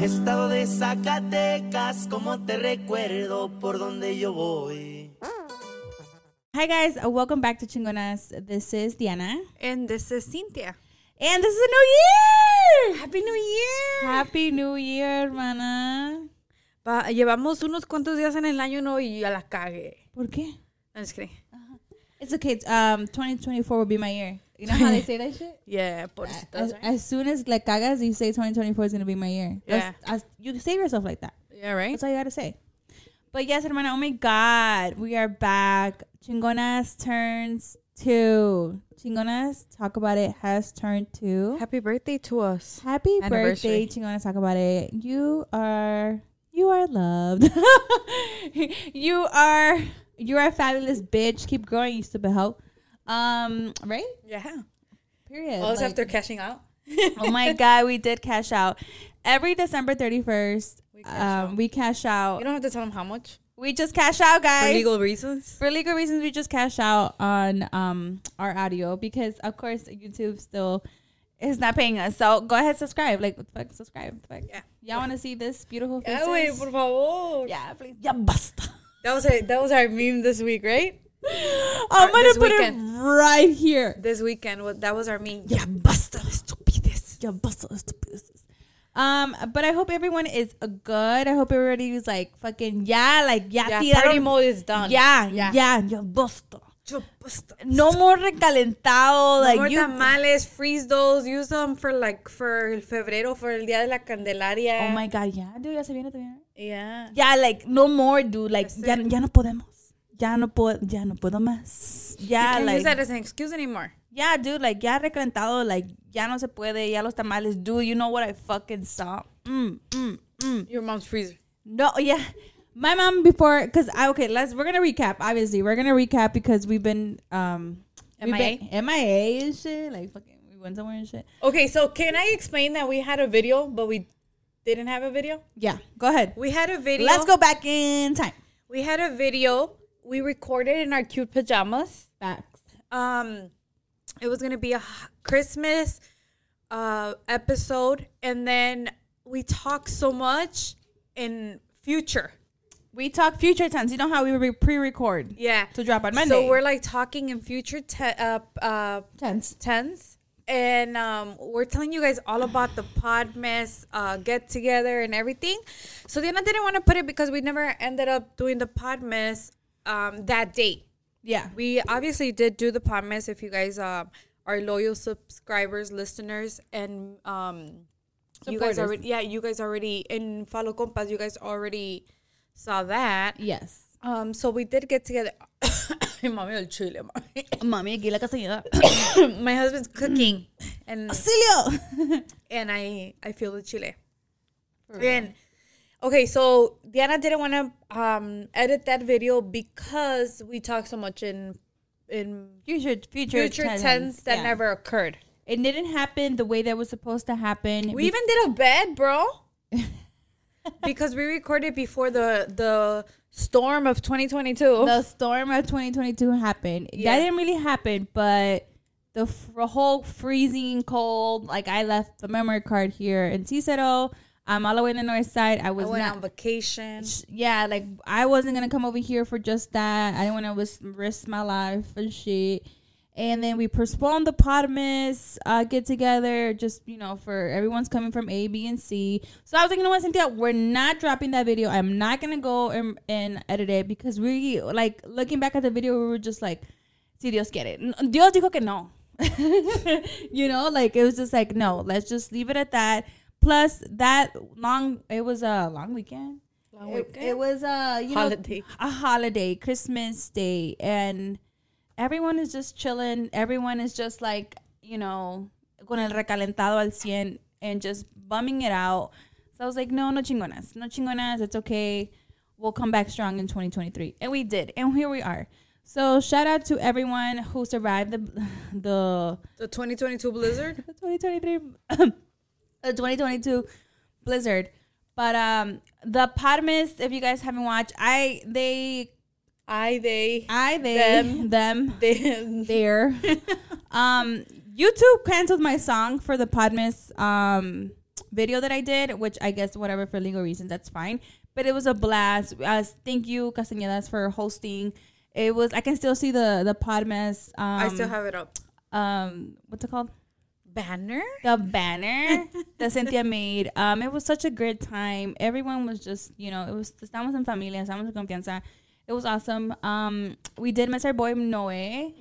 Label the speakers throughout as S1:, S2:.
S1: Estado de Zacatecas, como te recuerdo por donde yo voy.
S2: Hi guys, uh, welcome back to Chingonas. This is Diana,
S3: And this is Cynthia.
S2: and this is a new year.
S3: Happy New Year.
S2: Happy New Year, hermana.
S3: Ah, Pa- llevamos unos cuantos días en el año no y a la cague.
S2: ¿Por qué?
S3: I'm just kidding.
S2: It's okay. Um, 2024 will be my year. You know how they say that shit.
S3: Yeah, pobrecitas.
S2: As,
S3: right?
S2: as soon as like cagas, you say 2024 is gonna be my year. That's- as- you save yourself like that.
S3: Yeah, right?
S2: That's all you gotta say. But yes, hermana. Oh my God, we are back. Chingonas turns two. Chingonas talk about it has turned two.
S3: Happy birthday to us.
S2: Happy birthday,
S3: Anniversary.
S2: Chingona Talk About It. You are you are loved. you are you are a fabulous bitch. Keep growing, you stupid hoe. Um, right?
S3: Yeah.
S2: Period.
S3: All this
S2: Like,
S3: after cashing out.
S2: oh my god, we did cash out. Every December 31st, we cash um, out. we cash out.
S3: You don't have to tell them how much.
S2: we just cash out,
S3: For
S2: guys.
S3: legal reasons.
S2: For legal reasons, we just cash out on um our audio because of course YouTube still is not paying us. So go ahead, subscribe. Like fuck, subscribe. Fuck.
S3: Yeah.
S2: Y'all want to see this beautiful face?
S3: Yeah, wait, Ah, por favor.
S2: yeah, please. Yeah, basta.
S3: That was our, that was our meme this week, right?
S2: I'm gonna
S3: Uh, this
S2: put it
S3: weekend.
S2: right here.
S3: This weekend, what that was our meme.
S2: Yeah, basta de estupidez. Yeah, basta de estupidez. Um, but I hope everyone is uh, good. I hope everybody is like fucking yeah, like yeah,
S3: Yeah, party
S2: tiraron-
S3: mode is done. pues,
S2: yeah, yeah,
S3: Yeah.
S2: yeah, yeah, basta.
S3: Chupusta.
S2: No more recalentado, like
S3: More
S2: you.
S3: tamales, freeze those, use them for like for el febrero, for el día de la Candelaria.
S2: Oh my god, yeah, dude, ya se viene también.
S3: Yeah.
S2: Yeah, like no more, dude. Like
S3: That's
S2: ya, ya no podemos. Ya no puedo, ya no puedo más.
S3: You
S2: Yeah,
S3: can't use that
S2: like
S3: as an excuse anymore.
S2: yeah, dude. Like ya recalentado, like ya no se puede. Ya los tamales, dude. You know what I fucking saw? Mm, mm, mm.
S3: Your mom's freezer.
S2: No, yeah. My mom before, cause I okay. Let's we're gonna recap. Obviously, we're gonna recap because we've been um we've
S3: MIA?
S2: been MIA and shit. Like fucking, we went somewhere and shit.
S3: Okay, so can I explain that we had a video, but we didn't have a video?
S2: Yeah, go ahead.
S3: We had a video.
S2: Let's go back in time.
S3: We had a video. We recorded in our cute pajamas.
S2: Facts.
S3: Um, it was gonna be a h- Christmas uh episode, and then we talked so much in future.
S2: We talk future tense. You know how we re- pre-record.
S3: Yeah.
S2: To drop on
S3: So
S2: Monday.
S3: we're like talking in future te- uh, uh,
S2: Tense.
S3: tense. And um, we're telling you guys all about the Podmas uh, get together and everything. So Diana didn't want to put it because we never ended up doing the Podmas um, that day.
S2: Yeah.
S3: We obviously did do the Podmas if you guys um, are loyal subscribers, listeners, and um, you guys
S2: Supporters.
S3: already, yeah, you guys already in Follow Compas, you guys already saw that.
S2: Yes.
S3: Um, so we did get together. Ay, mami, el chile, mami.
S2: Mami, aquí la castañeda.
S3: My husband's cooking, and
S2: Auxilio.
S3: and I I feel the chile. And okay, so Diana didn't want to um edit that video because we talked so much in in
S2: future, future,
S3: future tense, that
S2: yeah.
S3: never occurred.
S2: It didn't happen the way that was supposed to happen.
S3: We even did a bed, bro, because we recorded before the the storm of 2022.
S2: the storm of 2022 happened.
S3: Yeah.
S2: That didn't really happen, but the f- whole freezing cold. Like I left the memory card here in Cicero. I'm all the way in the north side. I
S3: I
S2: was
S3: went
S2: not
S3: on vacation.
S2: sh- yeah, like I wasn't gonna come over here for just that. I didn't want to risk, risk my life and shit. And then we postponed the Potamus uh, get together, just you know, for everyone's coming from A, B, and C. So I was like, you know what, Cynthia, we're not dropping that video. I'm not gonna go and, and edit it because we like looking back at the video, we were just like, si Dios quiere, N- Dios dijo que no. you know, like it was just like, no, let's just leave it at that. Plus, that long, it was a long weekend.
S3: Long
S2: It,
S3: weekend.
S2: it was a you
S3: Holiday.
S2: know a holiday, Christmas day, and everyone is just chilling. Everyone is just like you know con el recalentado al cien and just bumming it out. So I was like, no, no chingonas, no chingonas. It's okay. We'll come back strong in 2023, and we did, and here we are. So shout out to everyone who survived the the
S3: the 2022 blizzard.
S2: the 2023 the 2022 blizzard but um the Podmas, if you guys haven't watched i they
S3: I they
S2: i they them,
S3: Them.
S2: them
S3: they
S2: there um youtube canceled my song for the Podmas. um video that I did, which I guess whatever for legal reasons, that's fine. But it was a blast. Uh, thank you, Castañedas, for hosting. It was. I can still see the the Podmas. Um,
S3: I still have it up.
S2: um, what's it called?
S3: Banner?
S2: the banner that Cynthia made. Um, it was such a great time. Everyone was just, you know, it was estamos en familia, estamos en confianza. It was awesome. Um, we did miss our boy Noe,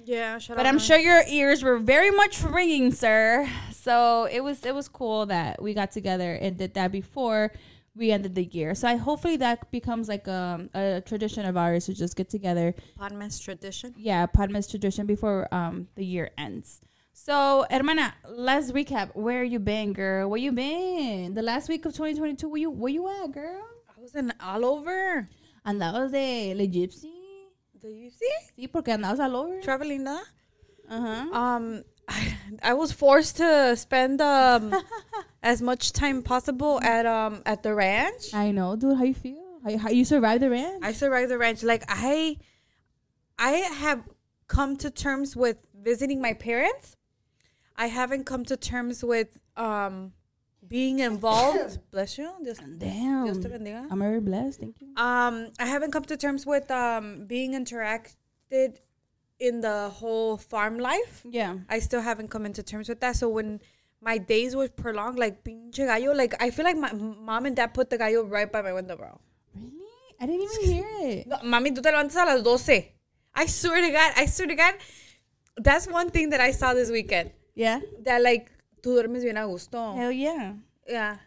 S3: Yeah, shout
S2: but
S3: out
S2: I'm
S3: Noe.
S2: sure your ears were very much ringing, sir. So it was it was cool that we got together and did that before we ended the year. So I hopefully that becomes like a, a tradition of ours to just get together
S3: Podmas tradition.
S2: yeah, Padma's tradition before um the year ends. So, hermana, let's recap. Where you been, girl? Where you been? The last week of 2022, where you where you at, girl?
S3: I was in all over.
S2: Andabas de la gypsy.
S3: Do you see?
S2: Sí, porque andabas all over.
S3: Traveling that?
S2: Uh-huh.
S3: Um, I, I was forced to spend um as much time possible at um at the ranch.
S2: I know, dude. How you feel? How, how you survived the ranch?
S3: I survived the ranch. Like I, I have come to terms with visiting my parents. I haven't come to terms with um being involved. Bless you. Just,
S2: Damn.
S3: Dios te bendiga.
S2: I'm very blessed. Thank you.
S3: um, I haven't come to terms with um being interacted in the whole farm life.
S2: Yeah.
S3: I still haven't come into terms with that. So when my days were prolonged, like pinche gallo, like I feel like my mom and dad put the gallo right by my window, bro.
S2: Really? I didn't even hear it.
S3: No, mami, tú te levantas a las 12. I swear to God, I swear to God, that's one thing that I saw this weekend.
S2: Yeah.
S3: That like, tú duermes bien a gusto.
S2: Hell yeah.
S3: Yeah.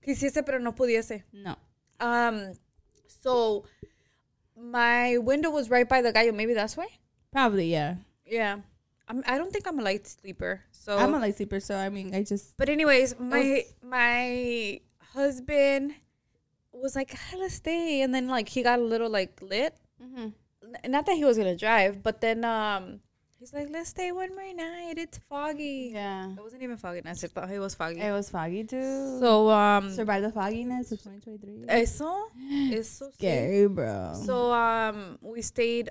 S3: Quisiese, pero no pudiese.
S2: No.
S3: Um, so my window was right by the gallo. Maybe that's why.
S2: Probably yeah.
S3: Yeah. I'm, I don't think I'm a light sleeper. So
S2: I'm a light sleeper, so I mean, I just
S3: But anyways, my my husband was like, "Ah, "Let's stay," and then like he got a little like lit.
S2: Mm-hmm.
S3: N- Not that he was gonna drive, but then um, he's like, "Let's stay one more night. It's foggy."
S2: yeah.
S3: It wasn't even foggy. I thought it was foggy.
S2: It was foggy too.
S3: so um,
S2: Survive the fogginess of 2023.
S3: eso, eso. sí.
S2: Scary, bro.
S3: So
S2: Mm-hmm.
S3: um, we stayed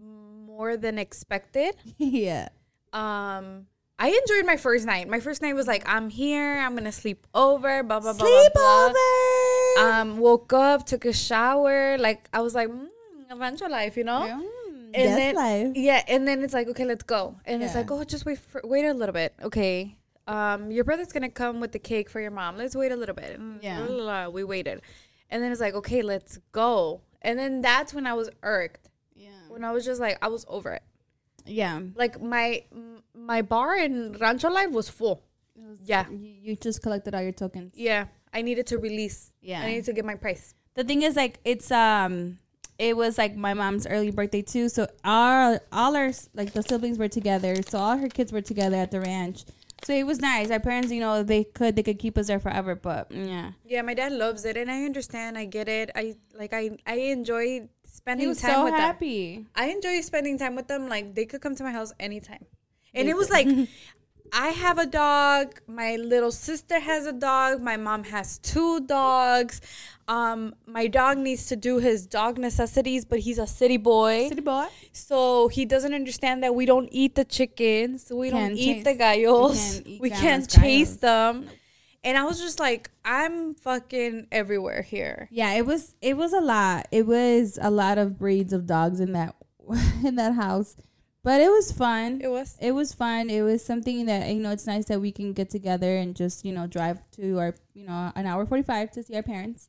S3: more than expected.
S2: yeah.
S3: Um. I enjoyed my first night. My first night was like, I'm here, I'm gonna sleep over, blah blah blah. blah, blah.
S2: Sleepover.
S3: um, woke up, took a shower. Like I was like, mm, adventure life, you know.
S2: Mm,
S3: And
S2: that's
S3: then,
S2: life.
S3: Yeah, and then it's like, okay, let's go. And it's
S2: Yeah.
S3: like, oh, just wait for wait a little bit. Okay, um, your brother's gonna come with the cake for your mom. Let's wait a little bit. And
S2: Yeah.
S3: blah, blah, blah, we waited, and then it's like, okay, let's go. And then that's when I was irked.
S2: Yeah.
S3: When I was just like, I was over it.
S2: Yeah.
S3: Like my m- my bar in Rancho Life was full. yeah,
S2: You, you just collected all your tokens.
S3: yeah. I needed to release.
S2: Yeah.
S3: I needed to get my price.
S2: The thing is, like, it's um, it was like my mom's early birthday too. So our all our like the siblings were together. So all her kids were together at the ranch. So it was nice. Our parents, you know, they could they could keep us there forever. But yeah,
S3: Yeah, my dad loves it, and I understand. I get it. I like. I I enjoy
S2: he
S3: spending
S2: was
S3: time
S2: so
S3: with them.
S2: happy.
S3: I enjoy spending time with them. Like they could come to my house anytime, and it was like, I have a dog. My little sister has a dog. My mom has two dogs. Um, my dog needs to do his dog necessities, but he's a city boy.
S2: City boy.
S3: So he doesn't understand that we don't eat the chickens, we
S2: Can't
S3: don't eat
S2: chase-
S3: the
S2: we
S3: gallos,
S2: can't eat
S3: we
S2: grandma's
S3: can't chase
S2: gallos.
S3: them. And I was just like, I'm fucking everywhere here.
S2: Yeah, it was it was a lot. It was a lot of breeds of dogs in that in that house. But it was fun.
S3: It was.
S2: It was fun. It was something that you know it's nice that we can get together and just, you know, drive to our you know, an hour forty five to see our parents.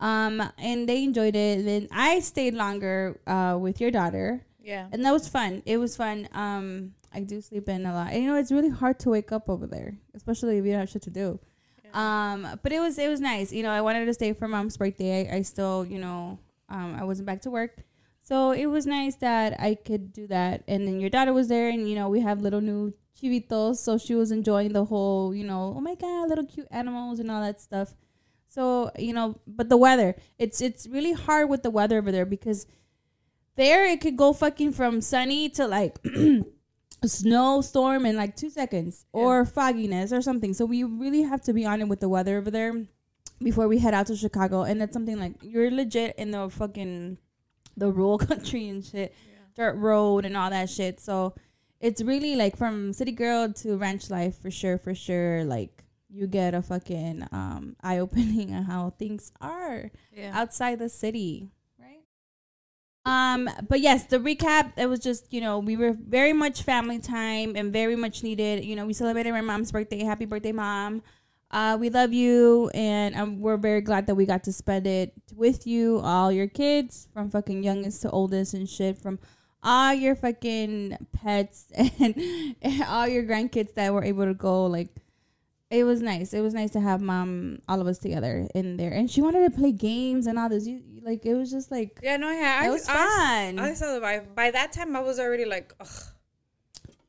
S2: Um and they enjoyed it. Then I stayed longer uh with your daughter.
S3: Yeah.
S2: And that was fun. It was fun. Um I do sleep in a lot. And, you know, it's really hard to wake up over there, especially if you don't have shit to do. Um, but it was it was nice. You know, I wanted to stay for mom's birthday. I, I still, you know, um, I wasn't back to work, so it was nice that I could do that. And then your daughter was there, and you know, we have little new chivitos, so she was enjoying the whole, you know, oh my god, little cute animals and all that stuff. So you know, but the weather, it's it's really hard with the weather over there because there it could go fucking from sunny to like a snowstorm in like two seconds or fogginess or something. So we really have to be on it with the weather over there before we head out to Chicago. And that's something like you're legit in the fucking the rural country and shit, dirt road and all that shit. So it's really like from city girl to ranch life for sure, for sure. Like you get a fucking um, eye opening on how things are
S3: Yeah.
S2: outside the city, right? Um, but yes, the recap. It was just you know we were very much family time and very much needed. You know, we celebrated my mom's birthday. Happy birthday, mom! Uh, we love you, and um, we're very glad that we got to spend it with you, all your kids, from fucking youngest to oldest and shit, from all your fucking pets and, and all your grandkids that were able to go like it was nice. It was nice to have mom, all of us together in there, and she wanted to play games and all this. You, you- like it was just like
S3: Yeah, no, yeah, I
S2: That was
S3: I,
S2: fun.
S3: I saw the vibe. By that time, I was already like, ugh,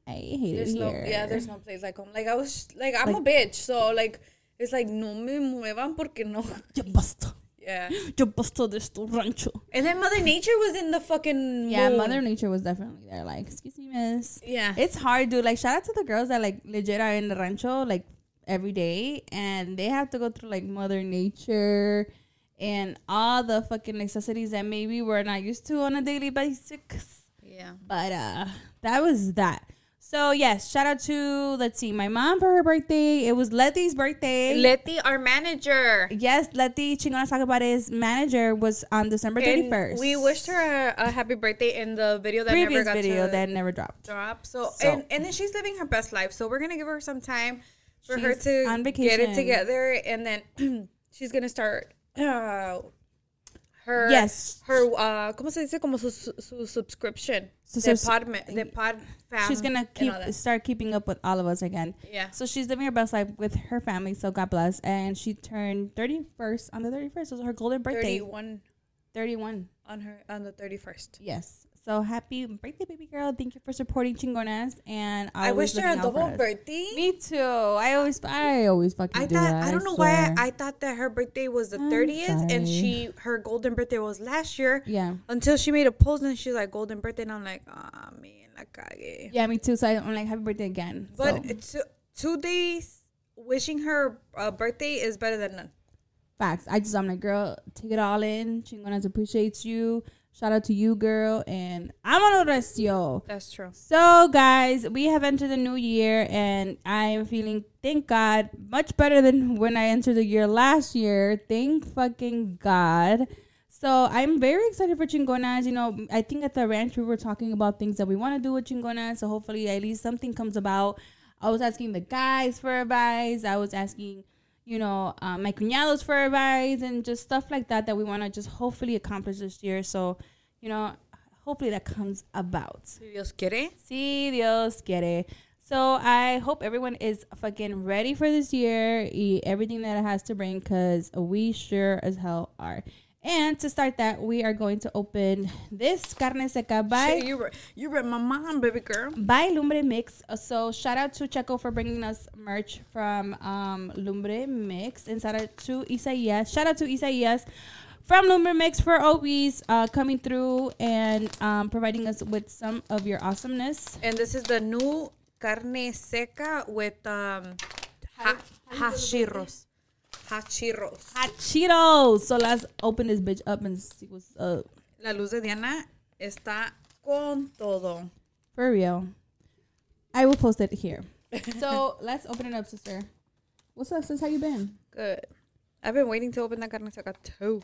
S2: I hate it
S3: there's no,
S2: here.
S3: yeah, there's no place like home. Like I was, like I'm a bitch, so like it's like no me muevan porque no.
S2: Yo basta,
S3: Yeah,
S2: yo basta de esto rancho.
S3: and then Mother Nature was in the fucking
S2: Yeah,
S3: mood.
S2: Mother Nature was definitely there. Like, excuse me, miss.
S3: Yeah,
S2: It's hard, dude. Like, shout out to the girls that like legit are in the rancho like every day, and they have to go through like Mother Nature and all the fucking necessities that maybe we're not used to on a daily basis.
S3: yeah.
S2: But uh that was that. So yes, shout out to let's see, my mom for her birthday. It was Letty's birthday.
S3: Letty, our manager.
S2: yes, Letty Chingona talk about his manager was on December thirty
S3: And
S2: first.
S3: we wished her a, a happy birthday in the video that
S2: previous
S3: never got
S2: video
S3: to
S2: that never dropped.
S3: drop. So,
S2: So-
S3: And, and then she's living her best life. So we're gonna give her some time for her
S2: She's
S3: to
S2: on
S3: get
S2: vacation.
S3: it together, and then she's gonna start uh, her
S2: Yes.
S3: her uh, ¿cómo se dice? Como su, su, su subscription
S2: Su
S3: the
S2: subs-
S3: pod the pod fam
S2: She's gonna
S3: and
S2: keep
S3: all that.
S2: start keeping up with all of us again.
S3: Yeah.
S2: So she's living her best life with her family. So God bless. And she turned thirty first on the thirty first. was her golden birthday.
S3: 31
S2: Thirty one.
S3: on her on the 31st.
S2: Yes. So happy birthday, baby girl! Thank you for supporting Chingonas. And
S3: I
S2: always
S3: wished her a
S2: looking out for
S3: double
S2: us.
S3: birthday.
S2: Me too. I always, I always fucking
S3: I
S2: do
S3: thought
S2: that.
S3: I don't know
S2: swear.
S3: why I thought that her birthday was the
S2: I'm
S3: thirtieth
S2: sorry.
S3: and she her golden birthday was last year.
S2: Yeah.
S3: Until she made a post and she's like golden birthday and I'm like, ah man, la cagué.
S2: Yeah, me too. So I, am like, happy birthday again.
S3: But
S2: so,
S3: it's two days wishing her uh, birthday is better than none.
S2: facts. I just, I'm like, girl, take it all in. Chingonas appreciates you. Shout out to you, girl. And I'm on the rest, yo.
S3: That's true.
S2: So, guys, we have entered the new year, and I am feeling, thank God, much better than when I entered the year last year. Thank fucking God. So, I'm very excited for Chingonas. You know, I think at the ranch we were talking about things that we want to do with Chingonas. So, hopefully, at least something comes about. I was asking the guys for advice. I was asking, you know, uh, my cuñados for advice and just stuff like that that we want to just hopefully accomplish this year. So, you know, hopefully that comes about.
S3: Dios quiere.
S2: Si Dios quiere. So I hope everyone is fucking ready for this year, y- everything that it has to bring, because we sure as hell are. And to start that, we are going to open this carne seca by
S3: Shit, you were you were my mom, baby girl.
S2: by Lumbre Mix. So shout out to Checo for bringing us merch from um, Lumbre Mix, and shout out to Isaías. Shout out to Isaías from Lumbre Mix for always uh, coming through and um, providing us with some of your awesomeness.
S3: And this is the new carne seca with um ha- hachiros. Hachiros.
S2: Hot Cheetos. So let's open this bitch up and see what's up.
S3: La luz de Diana está con todo.
S2: For real. I will post it here. so let's open it up, sister. What's up, sis? How you been?
S3: Good. I've been waiting to open that carne seca too.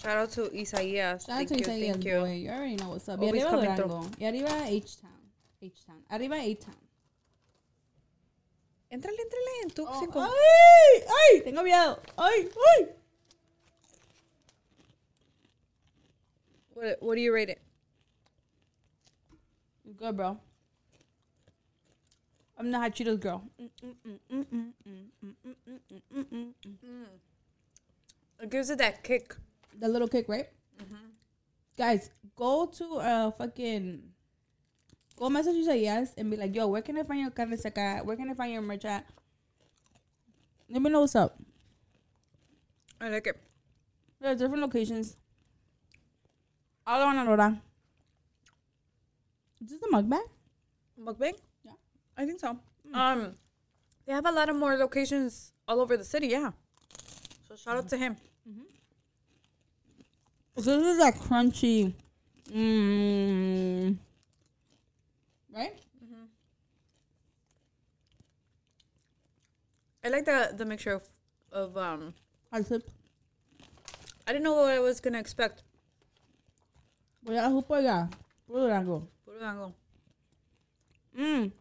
S3: Shout out to Isaías.
S2: Shout
S3: thank
S2: out
S3: you,
S2: to Isaías,
S3: thank you.
S2: boy. You already know what's up.
S3: Always
S2: y arriba
S3: coming
S2: Durango. Y arriba H-Town. H-Town. Arriba H-Town.
S3: Entrale, entrale en tu
S2: Oh,
S3: cinco.
S2: ¡Ay! ¡Ay! Tengo miedo. ¡Ay! ¡Ay!
S3: What, what do you rate it?
S2: Good, bro. I'm the hot Cheetos girl. Mm, mm, mm, mm, mm, mm, mm, mm, mm, mm, mm, mm, mm.
S3: It gives it that kick.
S2: the little kick, right? Guys, go to uh fucking go message you say yes and be like, yo, where can I find your carne seca? at? Where can I find your merch at? Let me know what's up.
S3: I like it.
S2: There are different locations. All around Aurora. Is this a mug bag?
S3: Mukbang?
S2: Yeah. Mm.
S3: I think so. Um, they have a lot of more locations all over the city. Yeah. So shout out to him.
S2: This is a crunchy. Mmm. Right?
S3: I like the the mixture of, of um.
S2: Accept.
S3: I didn't know what I was gonna expect.
S2: Voy a jugar ya. Puro Durango.
S3: Puro mango.
S2: Mm.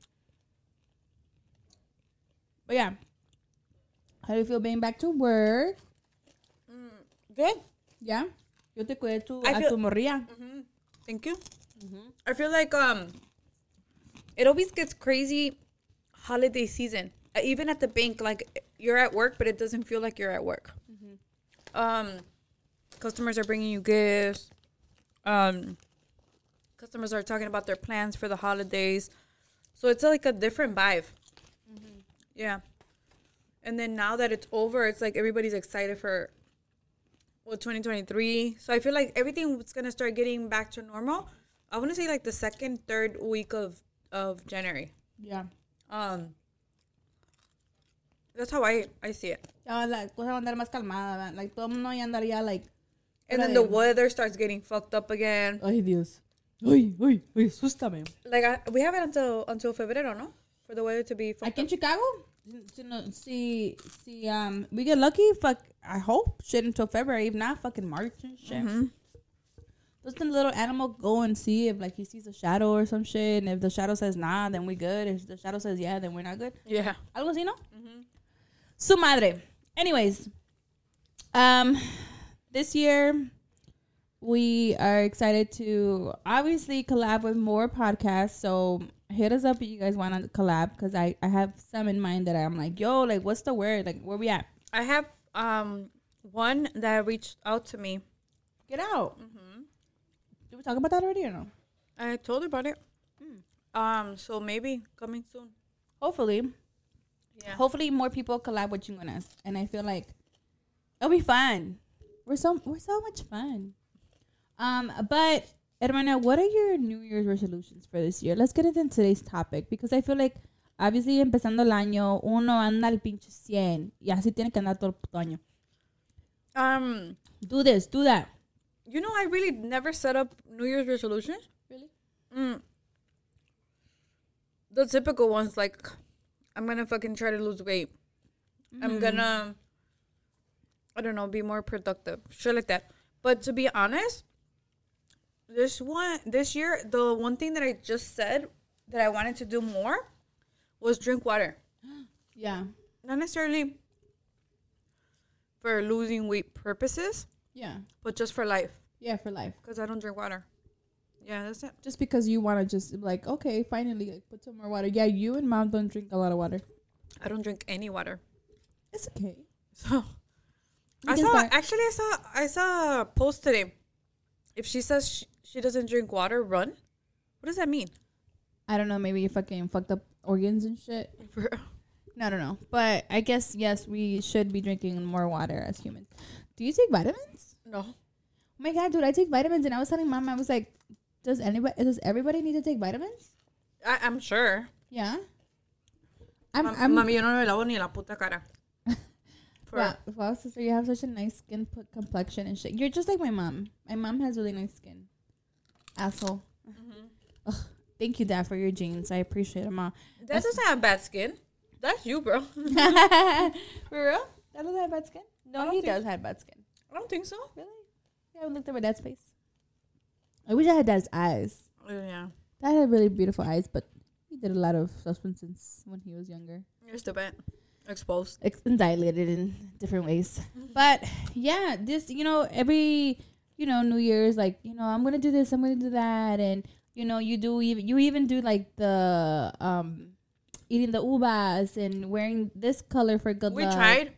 S2: But yeah. How do you feel being back to work?
S3: Mm, Good.
S2: Yeah. Yo te cuidé tu,
S3: I
S2: a tu
S3: feel- Mm-hmm.
S2: morrilla.
S3: Thank you. I feel like um, it always gets crazy holiday season. Uh, Even at the bank, like you're at work, but it doesn't feel like you're at work. Um, customers are bringing you gifts. Um, customers are talking about their plans for the holidays, so it's like a different vibe. Yeah, and then now that it's over, it's like everybody's excited for well 2023 so i feel like everything's gonna start getting back to normal i want to say like the second third week of of january
S2: Yeah.
S3: um that's how i i see it
S2: Ya la cosa va a andar más calmada. ¿verdad? Like, todo el mundo ya andaría, like,
S3: and
S2: Right.
S3: then the weather starts getting fucked up again
S2: ay, Dios. Uy, uy, uy, sústame.
S3: like I, we have it until until febrero no for the weather to be fucked
S2: Aquí en
S3: up.
S2: Chicago, si, no- si, si, um, we get lucky, fuck, I hope, shit until February. If not, fucking March and shit. Doesn't the little animal go and see if, like, he sees a shadow or some shit? And if the shadow says nah, then we good. If the shadow says yeah, then we're not good.
S3: yeah
S2: Algo así, ¿no? Su madre. Anyways, um, this year we are excited to obviously collab with more podcasts. So hit us up if you guys want to collab because I, I have some in mind that I'm like, yo, like, what's the word? Like, where we at?
S3: i have um one that reached out to me
S2: Get out. Did we talk about that already or no?
S3: i told her about it um so maybe coming soon
S2: Hopefully.
S3: yeah
S2: Hopefully, more people collab with you and us, and I feel like it'll be fun. We're so we're so much fun. Um, but Hermana, what are your New Year's resolutions for this year? Let's get into today's topic because I feel like obviously empezando el año uno anda al pinche 100 y así tiene que andar todo el puto año.
S3: um
S2: Do this, do that.
S3: You know, I really never set up New Year's resolutions.
S2: Really?
S3: Mm. The typical ones, like I'm gonna fucking try to lose weight. I'm gonna, I don't know, be more productive, shit like that. But to be honest, this one, this year, the one thing that I just said that I wanted to do more was drink water.
S2: Yeah,
S3: Not necessarily for losing weight purposes,
S2: yeah,
S3: but just for life,
S2: yeah, for life.
S3: because I don't drink water. Yeah, that's it.
S2: Just because you want to just like okay, finally like put some more water. Yeah, you and mom don't drink a lot of water.
S3: I don't drink any water.
S2: It's okay.
S3: So I
S2: can
S3: saw
S2: start.
S3: actually I saw I saw a post today. If she says she, she doesn't drink water, run. What does that mean?
S2: I don't know, maybe you fucking fucked up organs and shit. No, no, no. But I guess yes, we should be drinking more water as humans. Do you take vitamins?
S3: no.
S2: Oh my god, dude, I take vitamins, and I was telling mom, I was like, does anybody, does everybody need to take vitamins?
S3: I, I'm sure.
S2: Yeah. I'm,
S3: Mam-
S2: I'm.
S3: Mami, yo no me lavo ni la puta cara. For,
S2: wow, wow, sister, you have such a nice skin p- complexion and shit. You're just like my mom. My mom has really nice skin. Asshole. Mm-hmm. Ugh, thank you, Dad, for your jeans. I appreciate it, mom.
S3: That doesn't have bad skin. That's you, bro. I
S2: For real? That doesn't have bad skin? Oh,
S3: I
S2: No,
S3: don't
S2: he
S3: think-
S2: does have bad skin.
S3: don't think so.
S2: Really? Yeah, I looked at my dad's face. I wish I had dad's eyes.
S3: Yeah.
S2: Dad had really beautiful eyes, but he did a lot of substances when he was younger.
S3: You're stupid. Exposed.
S2: Ex- and dilated in different ways. But yeah, this you know every you know New Year's like you know I'm gonna do this, I'm gonna do that, and you know you do even you even do like the um eating the ubas and wearing this color for good
S3: We
S2: luck.
S3: tried.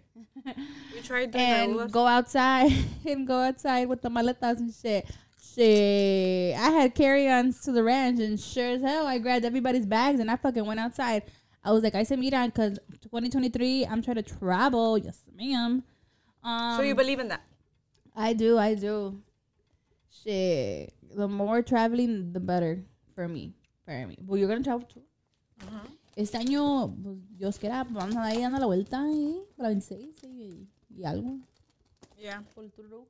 S3: We tried doing
S2: and
S3: that.
S2: go outside and go outside with the maletas and shit. Shit, I had carry-ons to the ranch, and sure as hell, I grabbed everybody's bags and I fucking went outside. I was like, I said, Miran, because 2023, I'm trying to travel. Yes, ma'am. Um,
S3: so you believe in that?
S2: I do, I do. Shit, the more traveling, the better for me, para mí. Well, you're gonna travel too.
S3: Mm-hmm.
S2: Este año, pues, Dios quiera, vamos a ir dando la vuelta ¿eh? para 26 y, y algo.
S3: Yeah.
S2: Pull through.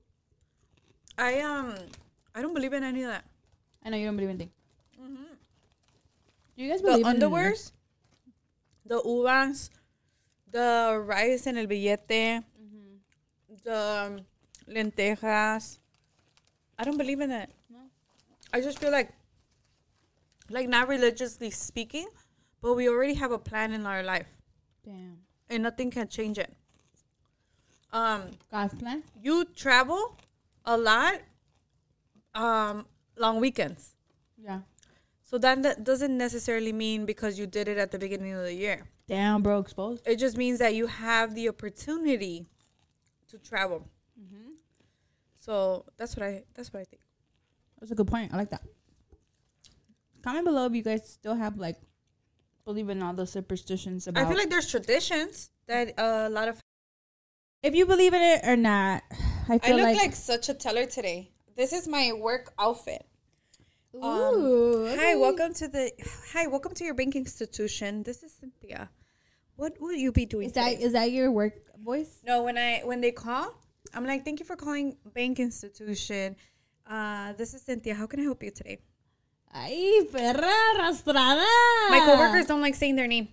S3: I um I don't believe in any of that.
S2: I know you don't believe in things. Mm-hmm. Do you guys
S3: the
S2: believe in
S3: underwears, the uvas, the rice en el billete,
S2: Mm-hmm.
S3: the um, lentejas. I don't believe in it. I just feel like, like not religiously speaking, but we already have a plan in our life,
S2: Damn.
S3: and nothing can change it. Um,
S2: God's plan.
S3: you travel a lot, um, long weekends.
S2: Yeah.
S3: So that that doesn't necessarily mean because you did it at the beginning of the year.
S2: Damn, bro, exposed.
S3: It just means that you have the opportunity to travel. Mm-hmm. So that's what I that's what I think.
S2: That's a good point. I like that. Comment below if you guys still have like believe in all the superstitions about.
S3: I feel like there's traditions that a lot of.
S2: if you believe in it or not, I
S3: I
S2: feel
S3: look like,
S2: like,
S3: such a teller today. This is my work outfit.
S2: ooh,
S3: um, Hi, welcome to the hi, welcome to your banking institution. This is Cynthia. What will you be doing?
S2: Is that
S3: today?
S2: is that your work voice?
S3: No, when I when they call, I'm like, thank you for calling bank institution. Uh, this is Cynthia. How can I help you today?
S2: Ay, perra arrastrada. Ah.
S3: My coworkers don't like saying their name.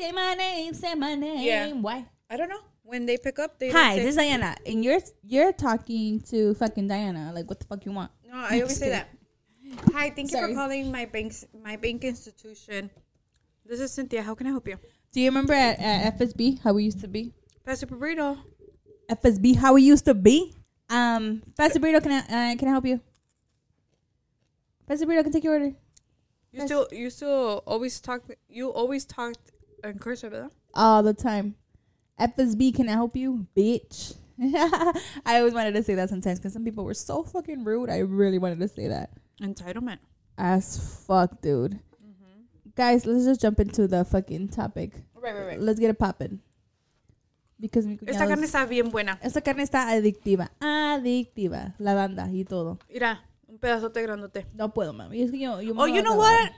S2: Say my name. Say my name.
S3: Yeah.
S2: Why?
S3: I don't know. When they pick up, they don't
S2: Hi,
S3: say-
S2: this is Diana, and you're you're talking to fucking Diana. Like, what the fuck you want?
S3: no. I always say that. Hi, thank you
S2: Sorry.
S3: for calling my bank's my bank institution. This is Cynthia. How can I help you?
S2: Do you remember at, at FSB how we used to be?
S3: Pastor Burrito.
S2: FSB how we used to be. Um, Pastor Burrito, can I uh, can I help you? Pastor Burrito, can take your order.
S3: You still you still always talk. You always talked in cursive, ¿verdad?
S2: All the time. FSB, can I help you, bitch? I always wanted to say that sometimes because some people were so fucking rude. I really wanted to say that.
S3: Entitlement.
S2: As fuck, dude. Guys, let's just jump into the fucking topic.
S3: Right, right, right.
S2: Let's get it poppin'. Because mi
S3: Esta
S2: cuñado
S3: carne
S2: es-
S3: está bien buena.
S2: esta carne está adictiva. Adictiva. La banda y todo.
S3: Mira, un pedazote grandote. Mm.
S2: No puedo, mami. Es que yo, yo me
S3: Oh,
S2: lo
S3: you know
S2: acabo.
S3: what?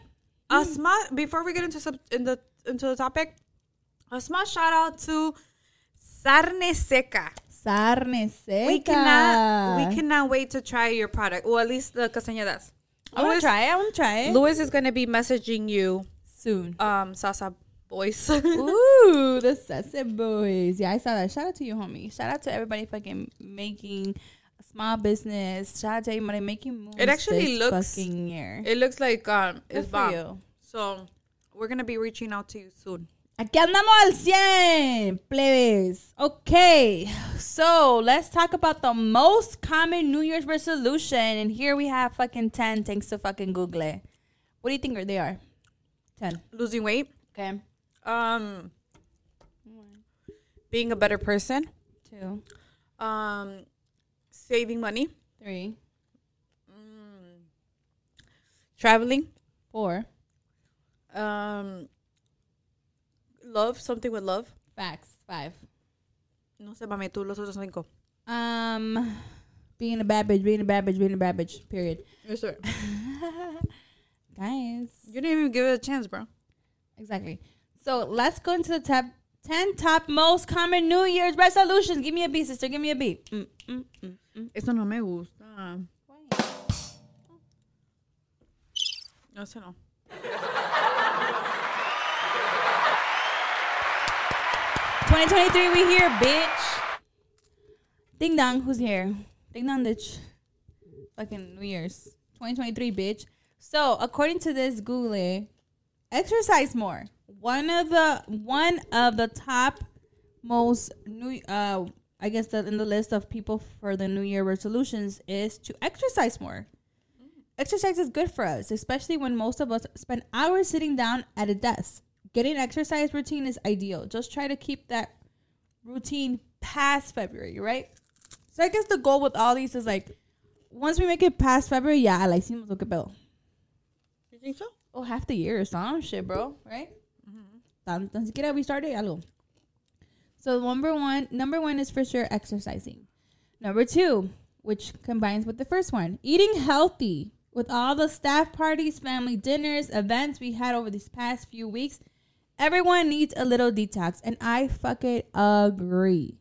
S3: A small before we get into sub, in the into the topic, a small shout out to Sarne Seca.
S2: Sarne seca.
S3: We cannot we cannot wait to try your product, or at least the castañedas.
S2: I want to try it. I want to try it.
S3: Louis is gonna be messaging you,
S2: Soon.
S3: um, Sasa boys.
S2: Ooh, the Sassy Boys. Yeah, I saw that. Shout out to you, homie. Shout out to everybody fucking making a small business. Shout out to everybody making moves.
S3: It actually
S2: this
S3: looks-
S2: fucking year.
S3: it looks like um, it's
S2: Good for
S3: bomb.
S2: you.
S3: So we're gonna be reaching out to you soon.
S2: Aquí andamos al 100, plebes. Okay, so let's talk about the most common New Year's resolution. And here we have fucking 10, thanks to fucking Google. it. What do you think they are? 10.
S3: Losing weight,
S2: Okay.
S3: um, being a better person,
S2: Two,
S3: um, saving money,
S2: three,
S3: traveling.
S2: four.
S3: um love something with love
S2: Facts. Five.
S3: no sé mami tú los otros cinco
S2: Um, being a bad bitch, being a bad bitch, being a bad bitch, period.
S3: yes sir
S2: Guys.
S3: you didn't even give it a chance bro
S2: Exactly. So let's go into the top 10 top most common New Year's resolutions. Give me a B, sister. Give me a B. Mm, mm, mm, mm.
S3: eso no me gusta no sé no
S2: Twenty twenty three, we here, bitch. Ding dong, who's here? Ding dong, bitch. Fucking New Year's, twenty twenty three, bitch. So according to this Google, exercise more. One of the one of the top most new, uh, I guess that in the list of people for the New Year resolutions is to exercise more. Exercise is good for us, especially when most of us spend hours sitting down at a desk. Getting exercise routine is ideal. Just try to keep that routine past February, right? So I guess the goal with all these is like, once we make it past February, yeah, I like see look at Bill.
S3: you think so
S2: Oh, half the year or some shit, bro, right? Tan, tan siquiera we started algo. So number one, number one is for sure exercising. Number two, which combines with the first one, eating healthy. With all the staff parties, family dinners, events we had over these past few weeks, everyone needs a little detox, and I fucking agree.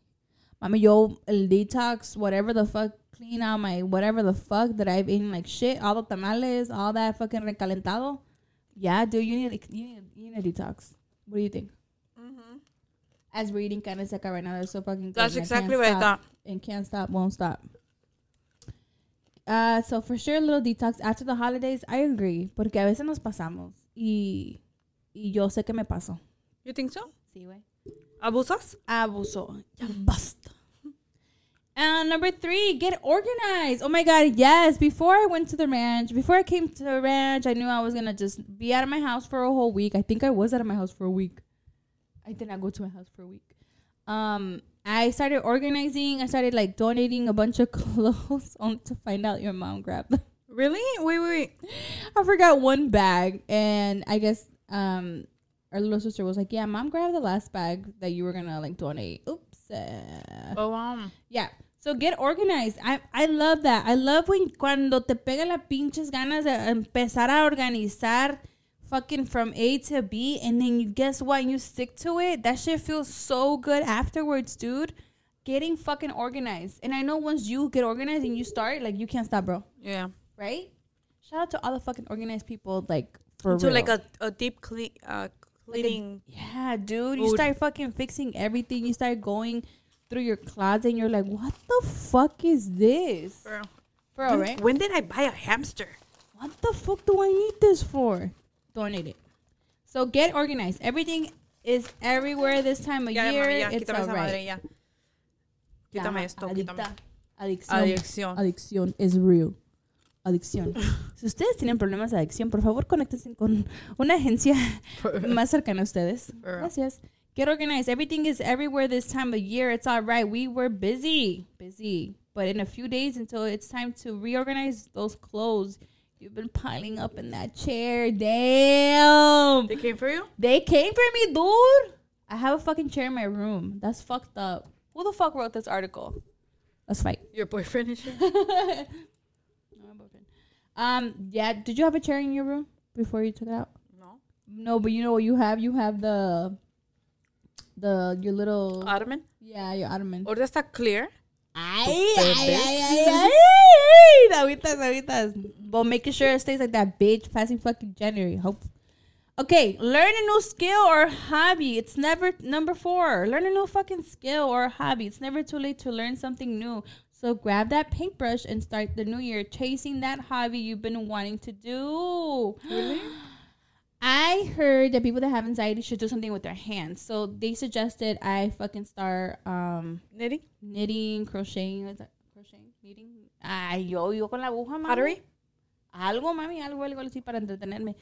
S2: Mama, yo, el detox, whatever the fuck, clean out my whatever the fuck that I've eaten like shit, all the tamales, all that fucking recalentado. Yeah, dude, you need you need you need a detox. What do you think? as we're eating carne seca right now. They're so fucking good.
S3: Mm-hmm. That's
S2: and
S3: exactly
S2: can't
S3: what I
S2: stop,
S3: thought.
S2: And can't stop, won't stop. Uh, so for sure, a little detox after the holidays. I agree, porque a veces nos pasamos y y yo sé que me paso.
S3: You think so?
S2: Sí, güey.
S3: Abusas?
S2: Abuso. Ya basta. And number three, get organized. Oh my God, yes. Before I went to the ranch, before I came to the ranch, I knew I was going to just be out of my house for a whole week. I think I was out of my house for a week. I did not go to my house for a week. Um, I started organizing. I started like donating a bunch of clothes only to find out your mom grabbed them.
S3: Really? Wait, wait, wait.
S2: I forgot one bag, and I guess um our little sister was like, "Yeah, mom grabbed the last bag that you were gonna like donate." Oops. uh,
S3: Oh, um.
S2: yeah. So get organized. I I love that. I love when cuando te pega la pinches ganas de empezar a organizar fucking from A to B and then you guess what you stick to it. That shit feels so good afterwards, dude. Getting fucking organized. And I know once you get organized and you start, like you can't stop, bro
S3: Yeah.
S2: right? Shout out to all the fucking organized people, like for
S3: to
S2: real.
S3: like a, a deep clean, uh, cleaning.
S2: yeah, dude. You
S3: Food.
S2: start fucking fixing everything. You start going through your closet, and you're like, "What the fuck is this,
S3: Girl,
S2: bro?
S3: when-
S2: Right?
S3: When did I buy a hamster?
S2: What the fuck do I need this for? Donate it. So get organized. Everything is everywhere this time of
S3: Ya,
S2: year.
S3: mami, ya,
S2: it's
S3: quítame esa madre,
S2: alright.
S3: ya.
S2: Ya,
S3: Quítame esto,
S2: adicta.
S3: quítame.
S2: Adicción.
S3: Adicción.
S2: Adicción es real. Adicción. Si ustedes tienen problemas de adicción, por favor, conéctense con una agencia más cercana a ustedes.
S3: For real.
S2: Gracias. Get organized. Everything is everywhere this time of year. It's all right. We were busy, busy. But in a few days until it's time to reorganize those clothes, you've been piling up in that chair. Damn.
S3: They came for you?
S2: They came for me, dude. I have a fucking chair in my room. That's fucked up. Who the fuck wrote this article? Let's fight.
S3: Your boyfriend is here?
S2: No, I'm open. Um, yeah. Did you have a chair in your room before you took it out?
S3: No.
S2: No, but you know what you have? You have the the your little
S3: Ottoman?
S2: yeah, your ottoman.
S3: Ahorita está clear.
S2: Ay, ay, ay, ay, ay, ay. Navitas, navitas. But making sure it stays like that, bitch. Passing fucking January. Hope. Okay, learn a new skill or hobby. It's never number four. Learn a new fucking skill or hobby. It's never too late to learn something new. So grab that paintbrush and start the new year chasing that hobby you've been wanting to do. I heard that people that have anxiety should do something with their hands. So they suggested I fucking start um
S3: Knitting?
S2: knitting, crocheting, is that crocheting, knitting. Ay, yo, yo con la aguja, mami.
S3: Pottery?
S2: Algo, mami, algo, algo así para entretenerme.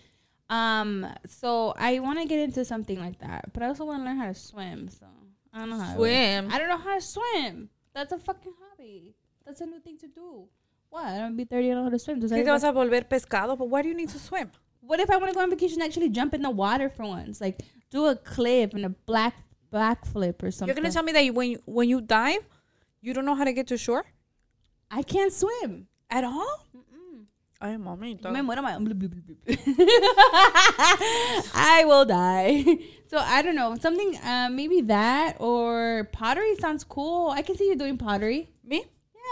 S2: Um, so I want to get into something like that, but I also want to learn how to swim. So I don't know how. to-
S3: Swim?
S2: I don't know how to swim. That's a fucking hobby. That's a new thing to do. What? I'm gonna be thirty and I don't know how to swim. Does
S3: ¿Qué te
S2: that
S3: vas a volver pescado? But why do you need to swim?
S2: what if I want to go on vacation and actually jump in the water for once? Like do a clip and a black back flip or something.
S3: You're gonna tell me that you, when you, when you dive, you don't know how to get to shore
S2: I can't swim.
S3: at all? Ay, mami.
S2: Yo me muero, ma- blub, blub, blub, blub. I will die. So I don't know. Something uh, maybe that or pottery sounds cool. I can see you doing pottery.
S3: ¿Me? Eh.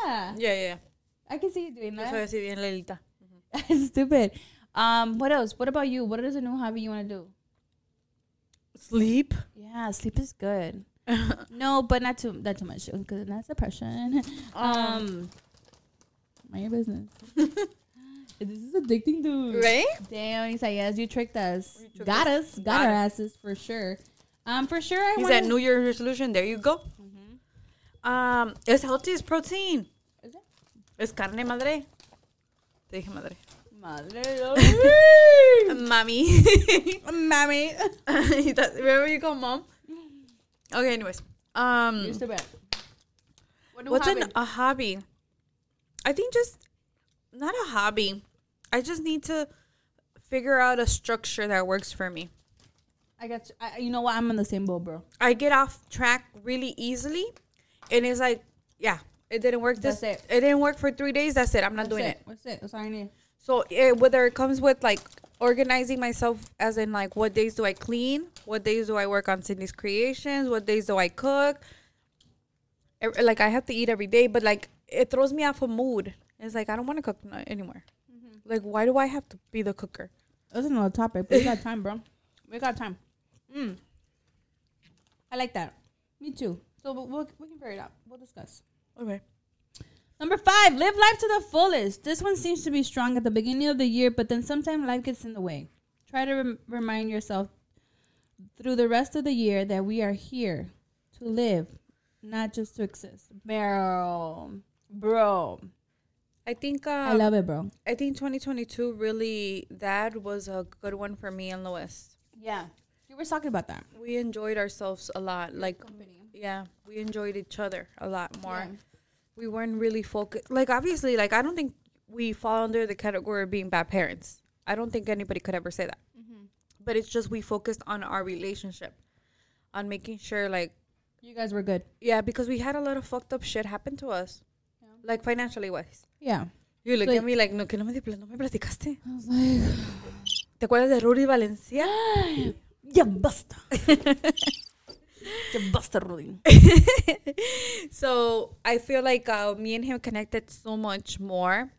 S2: Yeah.
S3: Yeah, yeah,
S2: I can see you doing
S3: yeah. Soy
S2: that.
S3: así bien lelita.
S2: Stupid. Um, what else? What about you? What is a new hobby you want to do?
S3: Sleep?
S2: Yeah, sleep is good. no, but not too not too much because that's depression. Um, mind your business. this is addicting, dude.
S3: Right?
S2: Damn, Isaias, you tricked us.
S3: tricked
S2: got us. Got, our
S3: it.
S2: asses for sure. Um, for sure, I
S3: He's
S2: want.
S3: at New Year's resolution. There you go. Um, it's healthy. It's protein.
S2: Is it?
S3: Es carne madre. Te dije madre.
S2: Madre,
S3: Mami.
S2: mommy.
S3: He does- Remember you go, mom. Okay. Anyways. Um,
S2: You're so bad. What do
S3: what's
S2: hobby?
S3: an, a hobby? I think just not a hobby. I just need to figure out a structure that works for me.
S2: I got you. I, you know what? I'm in the same boat, bro.
S3: I get off track really easily, and it's like, yeah, it didn't work. This
S2: That's it.
S3: didn't work for three days. That's it. I'm
S2: That's
S3: not doing it.
S2: What's it? That's all I need.
S3: So eh, whether it comes with like organizing myself, as in like what days do I clean, what days do I work on Sydney's creations, what days do I cook. Ev- Like I have to eat every day, but like it throws me off a mood. It's like I don't want to cook no- anymore.
S2: Mm-hmm.
S3: Like why do I have to be the cooker?
S2: That's another topic, but we got time, bro. We got time. Mm. I like that. Me too. So we'll, we'll, we can figure it out. We'll discuss.
S3: Okay.
S2: Number five, live life to the fullest. This one seems to be strong at the beginning of the year, but then sometimes life gets in the way. Try to rem- remind yourself through the rest of the year that we are here to live, not just to exist. Barrel, bro.
S3: I think um,
S2: I love it, bro.
S3: I think 2022 really that was a good one for me and Lois.
S2: Yeah. You were talking about that.
S3: We enjoyed ourselves a lot. Like yeah, we enjoyed each other a lot more.
S2: Yeah.
S3: We weren't really focused. Like obviously, like I don't think we fall under the category of being bad parents. I don't think anybody could ever say that.
S2: Mm-hmm.
S3: But it's just we focused on our relationship, on making sure like
S2: You guys were good.
S3: yeah, because we had a lot of fucked up shit happen to us, like financially wise.
S2: Yeah.
S3: You look
S2: So-
S3: at me like no, que no me, dipl- no me platicaste.
S2: I was like,
S3: ¿Te acuerdas de Rudy Valencia?
S2: ya basta. ya basta, Rudy.
S3: so I feel like uh, me and him connected so much more.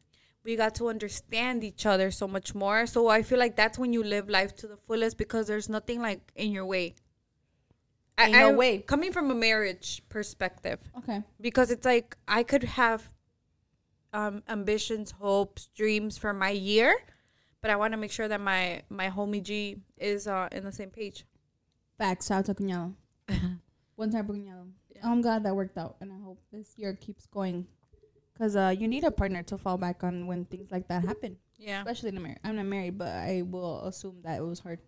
S3: We got to understand each other so much more. So I feel like that's when you live life to the fullest because there's nothing like in your way. I-
S2: Ain't no
S3: I-
S2: way.
S3: Coming from a marriage perspective,
S2: Okay.
S3: because it's like I could have um, ambitions, hopes, dreams for my year, but I want to make sure that my my homie G is uh, in the same page.
S2: Facts. Shout out to Cuñado. One time for Cuñado. I'm glad that worked out, and I hope this year keeps going. Because uh, you need a partner to fall back on when things like that happen.
S3: Yeah,
S2: Especially in a marriage. I'm not married, but I will assume that it was hard.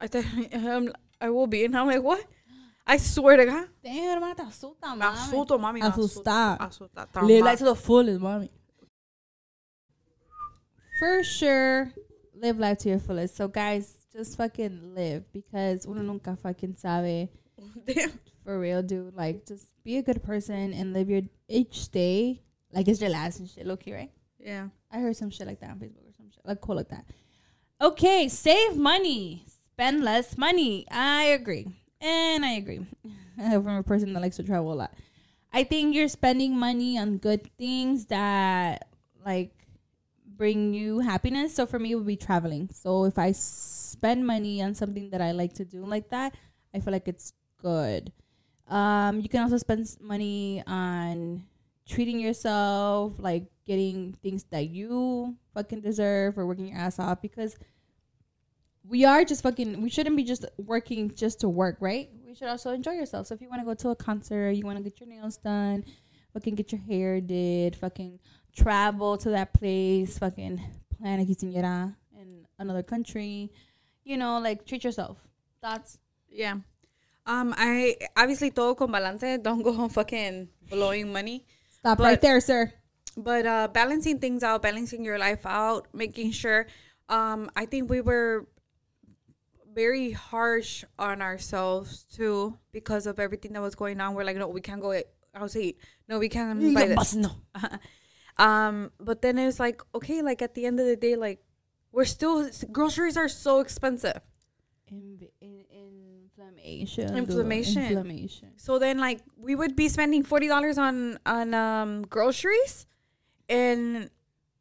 S3: I th- um, I will be, and I'm like, what? I swear to God,
S2: Damn, hermana, te asusta,
S3: Ah, me asusto, mami, me asusto,
S2: Asustada.
S3: asusta,
S2: Live life
S3: trauma.
S2: to the fullest, mommy. For sure, live life to your fullest. So, guys, just fucking live because uno nunca fucking sabe.
S3: Damn.
S2: For real, dude. Like, just be a good person and live your each day like it's your last and shit. Low key, right?
S3: Yeah,
S2: I heard some shit like that on Facebook or some shit. Like, cool like that. Okay, save money. Spend less money. I agree. And I agree. From a person that likes to travel a lot. I think you're spending money on good things that, like, bring you happiness. So for me, it would be traveling. So if I spend money on something that I like to do like that, I feel like it's good. Um, you can also spend s- money on treating yourself, like getting things that you fucking deserve or working your ass off because we are just fucking we shouldn't be just working just to work, right? We should also enjoy yourself. So if you want to go to a concert, you want to get your nails done, fucking get your hair did, fucking travel to that place, fucking plan a quinceañera in another country, you know, like treat yourself. That's
S3: yeah. Um, I obviously todo con balance. Don't go home fucking blowing money.
S2: stop
S3: But-
S2: right there, sir.
S3: but uh balancing things out balancing your life out making sure um i think we were very harsh on ourselves too because of everything that was going on we're like no we can't go out to eat no we can't buy this no um but then it's like okay like at the end of the day like we're still groceries are so expensive
S2: In, in, inflammation. girl.
S3: Inflammation.
S2: Inflammation.
S3: So then, like, we would be spending forty dollars on on um, groceries, and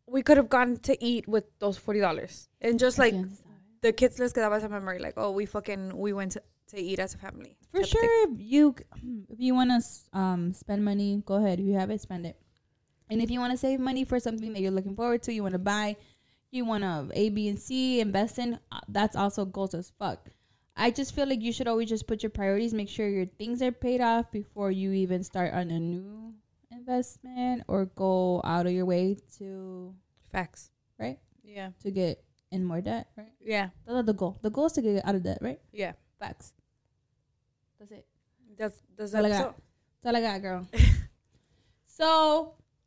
S3: we could have gone to eat with those forty dollars. And just like
S2: Again, sorry.
S3: the kids list, that was a memory. Like, oh, we fucking we went to, to eat as a family
S2: For
S3: type of thing.
S2: sure, if you if you want to um spend money, go ahead. If you have it, spend it. And if you want to save money for something that you're looking forward to, you want to buy, you want to A, B, and C invest in, uh, that's also goals as fuck. I just feel like you should always just put your priorities, make sure your things are paid off before you even start on a new investment or go out of your way to
S3: Facts.
S2: right
S3: Yeah.
S2: to get in more debt. Right,
S3: Yeah.
S2: that's the goal. The goal is to get out of debt. Right,
S3: Yeah.
S2: facts. That's it.
S3: That's that's
S2: Well, I
S3: episode.
S2: That's all I got, girl. so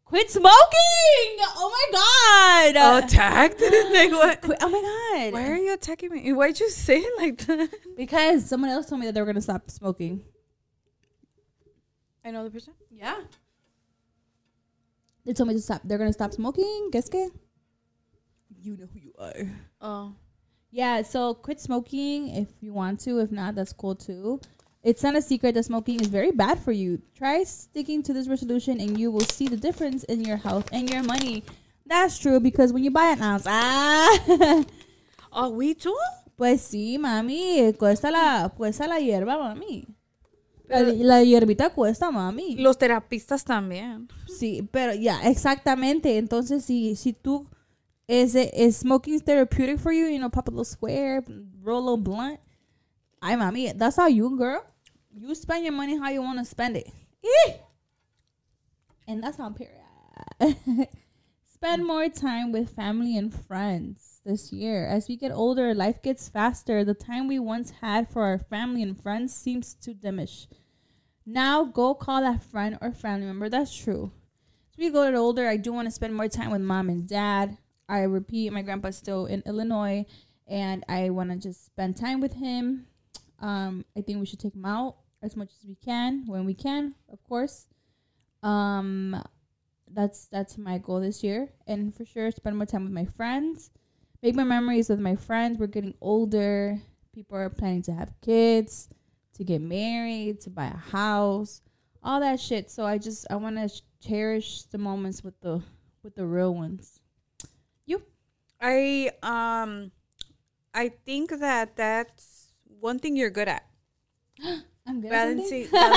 S2: quit smoking. Oh my god.
S3: attacked. like what?
S2: Quit- oh my god.
S3: Why are you attacking me? Why'd you say it like that?
S2: Because someone else told me that they were gonna stop smoking.
S3: I know the person.
S2: Yeah. They told me to stop. They're gonna stop smoking. Guess what? You know who you are.
S3: Oh.
S2: Yeah. So quit smoking if you want to. If not, that's cool too. It's not a secret that smoking is very bad for you. Try sticking to this resolution, and you will see the difference in your health and your money. That's true because when you buy an ounce, ah.
S3: Oh, we too.
S2: Pues sí, mami, cuesta la, cuesta la hierba, mami. La, la hierbita cuesta, mami.
S3: Los terapistas también.
S2: Sí, pero ya, exactamente. Entonces, si, si tú, is, it, is smoking therapeutic for you? You know, pop a little square, roll a little blunt. Ay, mami, that's how you, girl. You spend your money how you want to spend it. Eh! And that's on period. spend more time with family and friends this year. As we get older, life gets faster. The time we once had for our family and friends seems to diminish. Now go call that friend or family member. That's true. As we get older, I do want to spend more time with mom and dad. I repeat, my grandpa's still in Illinois, and I want to just spend time with him. Um, I think we should take him out as much as we can when we can, of course. Um, that's that's my goal this year, and for sure, spend more time with my friends, make my memories with my friends. We're getting older. People are planning to have kids to get married, to buy a house, all that shit. So I just I want to cherish the moments with the with the real ones. You?
S3: I um I think that that's one thing you're good at.
S2: I'm good. at something?
S3: Balancing bal-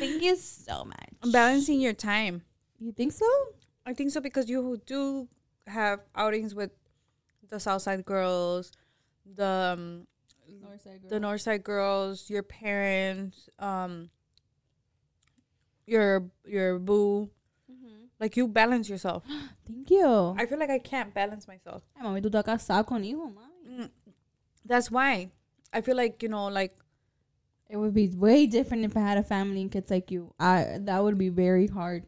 S2: Thank you so much.
S3: balancing your time.
S2: You think so?
S3: I think so because you do have outings with the Southside girls, the um, the Northside girls, your parents, um, your your boo. Like you balance yourself.
S2: Thank you.
S3: Mm-hmm. I feel like I can't balance myself.
S2: Ay, mami, tú te has casado con hijo, mami.
S3: That's why I feel like you know, like
S2: It would be way different if I had a family and kids like you. I that would be very hard.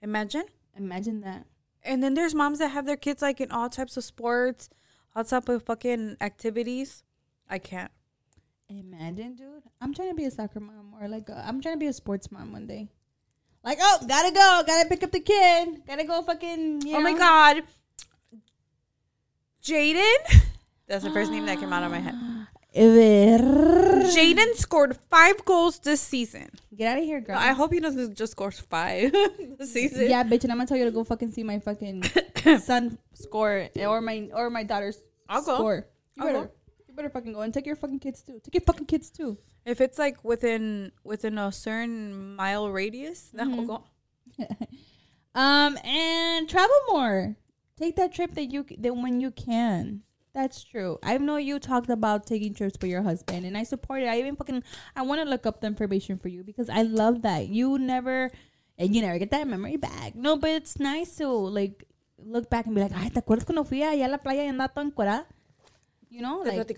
S3: imagine.
S2: Imagine that.
S3: And then there's moms that have their kids like in all types of sports, all type of fucking activities. I can't.
S2: Imagine, dude. I'm trying to be a soccer mom or like i I'm trying to be a sports mom one day. Like, oh, gotta go, gotta pick up the kid, gotta go fucking. You
S3: Oh my
S2: know.
S3: god. Jaden? That's the first name that came out of my head.
S2: Ever.
S3: Jaden scored five goals this season.
S2: Get out of here, girl.
S3: I hope he doesn't just score five this season.
S2: yeah, bitch, and I'm gonna tell you to go fucking see my fucking son score or my or my daughter's
S3: I'll go.
S2: score. You
S3: I'll
S2: better,
S3: go.
S2: you better fucking go and take your fucking kids too. Take your fucking kids too.
S3: If it's like within within a certain mile radius, then I'll go.
S2: Um, and travel more. Take that trip that you that when you can. That's true. I know you talked about taking trips with your husband, and I support it. I even fucking I want to look up the information for you because I love that you never and you never get that memory back. No, but it's nice to like look back and be like, ay, ¿te acuerdas cuando fui allá a la playa y andaba toda encuerada? You know, like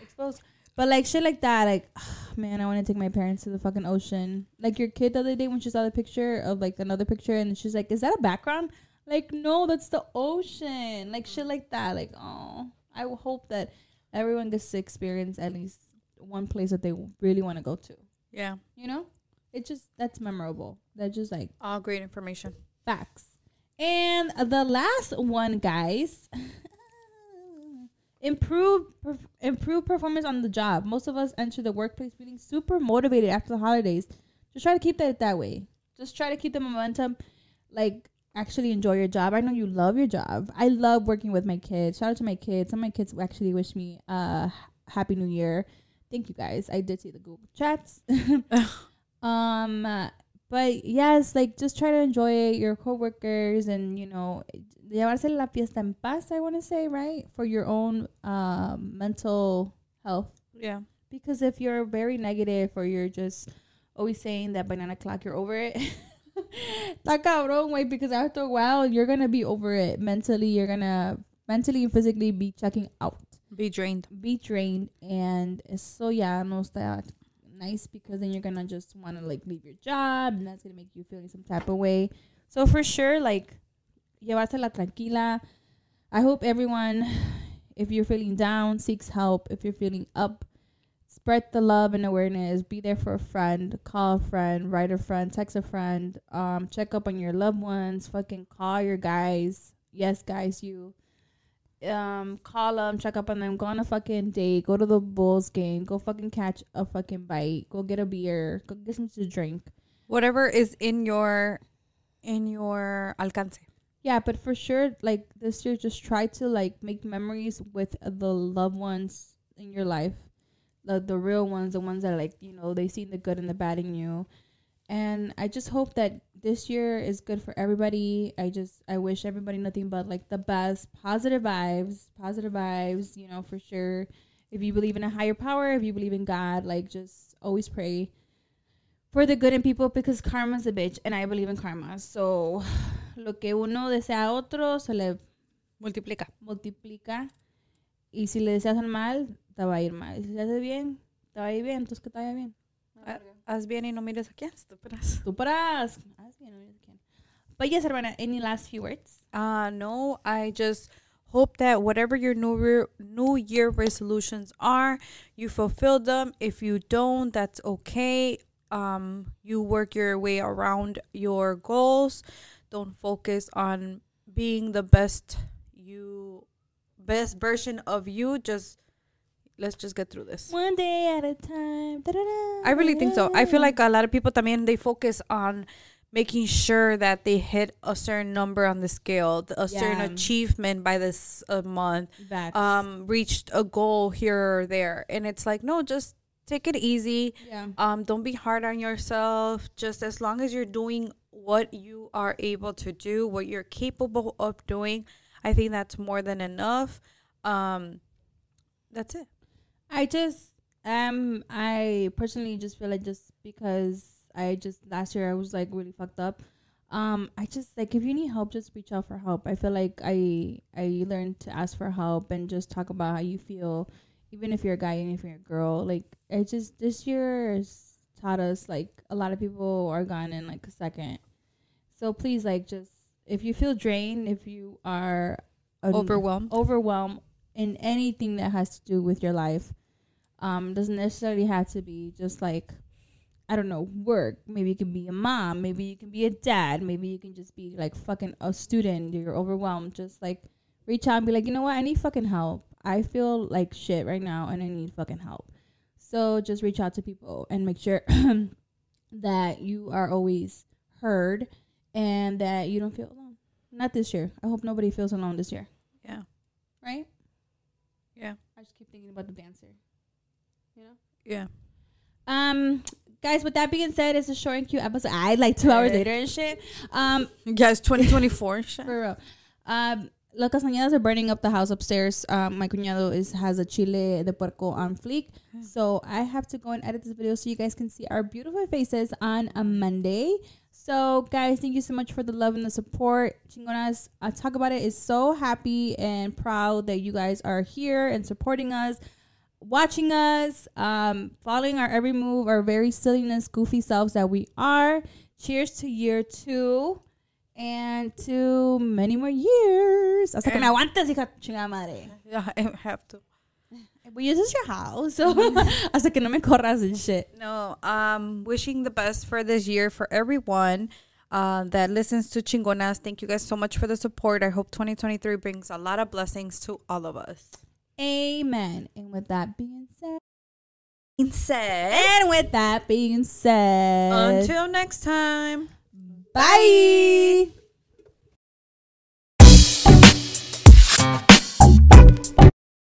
S2: exposed. But like shit like that, like man, I want to take my parents to the fucking ocean. Like your kid the other day when she saw the picture of like another picture and she's like, "Is that a background?" Like no, that's the ocean. Like shit like that. Like oh, I will hope that everyone gets to experience at least one place that they really want to go to.
S3: yeah.
S2: You know, it just that's memorable. That just like
S3: All great information.
S2: Facts. And the last one, guys. improve perf- improve performance on the job. Most of us enter the workplace feeling super motivated after the holidays. Just try to keep that that way. Just try to keep the momentum. Like actually enjoy your job. I know you love your job. I love working with my kids. Shout out to my kids. Some of my kids actually wish me uh happy new year. Thank you guys. I did see the Google chats. Um, uh, but yes, like just try to enjoy it, your coworkers, and you know, llevarse la fiesta en paz. I want to say, right, for your own um mental health,
S3: Yeah.
S2: because if you're very negative or you're just always saying that by nine o'clock you're over it. That cabrón, way because after a while you're gonna be over it mentally. You're gonna mentally and physically be checking out
S3: Be drained.
S2: be drained and so yeah no that nice because then you're gonna just want to like leave your job and that's gonna make you feel some type of way so for sure like llevársela tranquila i hope everyone if you're feeling down seeks help if you're feeling up spread the love and awareness be there for a friend call a friend write a friend text a friend um check up on your loved ones fucking call your guys yes guys you um call them check up on them go on a fucking date go to the bulls game go fucking catch a fucking bite go get a beer go get something to drink
S3: Whatever is in your in your alcance.
S2: yeah but for sure like this year just try to like make memories with the loved ones in your life the, the real ones, the ones that like you know they see the good and the bad in you. And I just hope that this year is good for everybody. I just I wish everybody nothing but like the best, positive vibes, positive vibes. You know for sure. If you believe in a higher power, if you believe in God, like just always pray for the good in people because karma's a bitch and I believe in karma. So lo que uno desea a otro se le
S3: Multiplica.
S2: multiplica y si le deseas el mal, te va a ir mal. Y si le haces bien, te va a ir bien, entonces que te vaya bien.
S3: Ha- Haz bien y no mires a quién, estúpidas.
S2: Tú paras. Haz bien, no eres quien. But yes, hermana, any last few words?
S3: Uh, no, I just hope that whatever your new year, new year resolutions are, you fulfill them. If you don't, that's okay. Um, you work your way around your goals. Don't focus on being the best you best version of you. Just let's just get through this.
S2: One day at a time. Da-da-da.
S3: I really think so. I feel like a lot of people también they focus on making sure that they hit a certain number on the scale, th- a certain
S2: Yeah.
S3: achievement by this uh, month,
S2: Facts.
S3: um, reached a goal here or there, and it's like no, just take it easy.
S2: yeah.
S3: Um, don't be hard on yourself. Just as long as you're doing what you are able to do, what you're capable of doing, I think that's more than enough. Um, that's it.
S2: I just um I personally just feel like just because I just last year I was like really fucked up. Um, I just like if you need help, just reach out for help. I feel like I I learned to ask for help and just talk about how you feel, even if you're a guy and if you're a girl. Like I just this year has taught us like a lot of people are gone in like a second. So please like just if you feel drained, if you are an-
S3: Overwhelmed.
S2: Oh. overwhelmed in anything that has to do with your life. Um, doesn't necessarily have to be just like I don't know, work. Maybe you can be a mom, maybe you can be a dad, maybe you can just be like fucking a student, you're overwhelmed. Just like reach out and be like, you know what, I need fucking help. I feel like shit right now and I need fucking help. So just reach out to people and make sure that you are always heard and that you don't feel alone. Not this year. I hope nobody feels alone this year,
S3: Yeah.
S2: right?
S3: Yeah.
S2: I just keep thinking about the dancer. You know?
S3: Yeah.
S2: Um, guys, with that being said, it's a short and cute episode. I like two hours later and shit. Um,
S3: Guys, 2024.
S2: for real. Um, las castañedas are burning up the house upstairs. Um, my cuñado is has a chile de puerco on fleek, so I have to go and edit this video so you guys can see our beautiful faces on a Monday. So, guys, thank you so much for the love and the support. Chingonas, uh, talk about it is so happy and proud that you guys are here and supporting us watching us, um, following our every move, our very silliness, goofy selves that we are. Cheers to year two and to many more years. Hasta que me aguantes, hija de chingada madre.
S3: Yeah, I have to.
S2: Well, this is your house, so hasta que no me corras and shit.
S3: No, um, wishing the best for this year for everyone uh, that listens to Chingonas. Thank you guys so much for the support. I hope 2023 brings a lot of blessings to all of us.
S2: Amen. And with that being said,
S3: Said.
S2: and with that being said,
S3: Until next time.
S2: bye.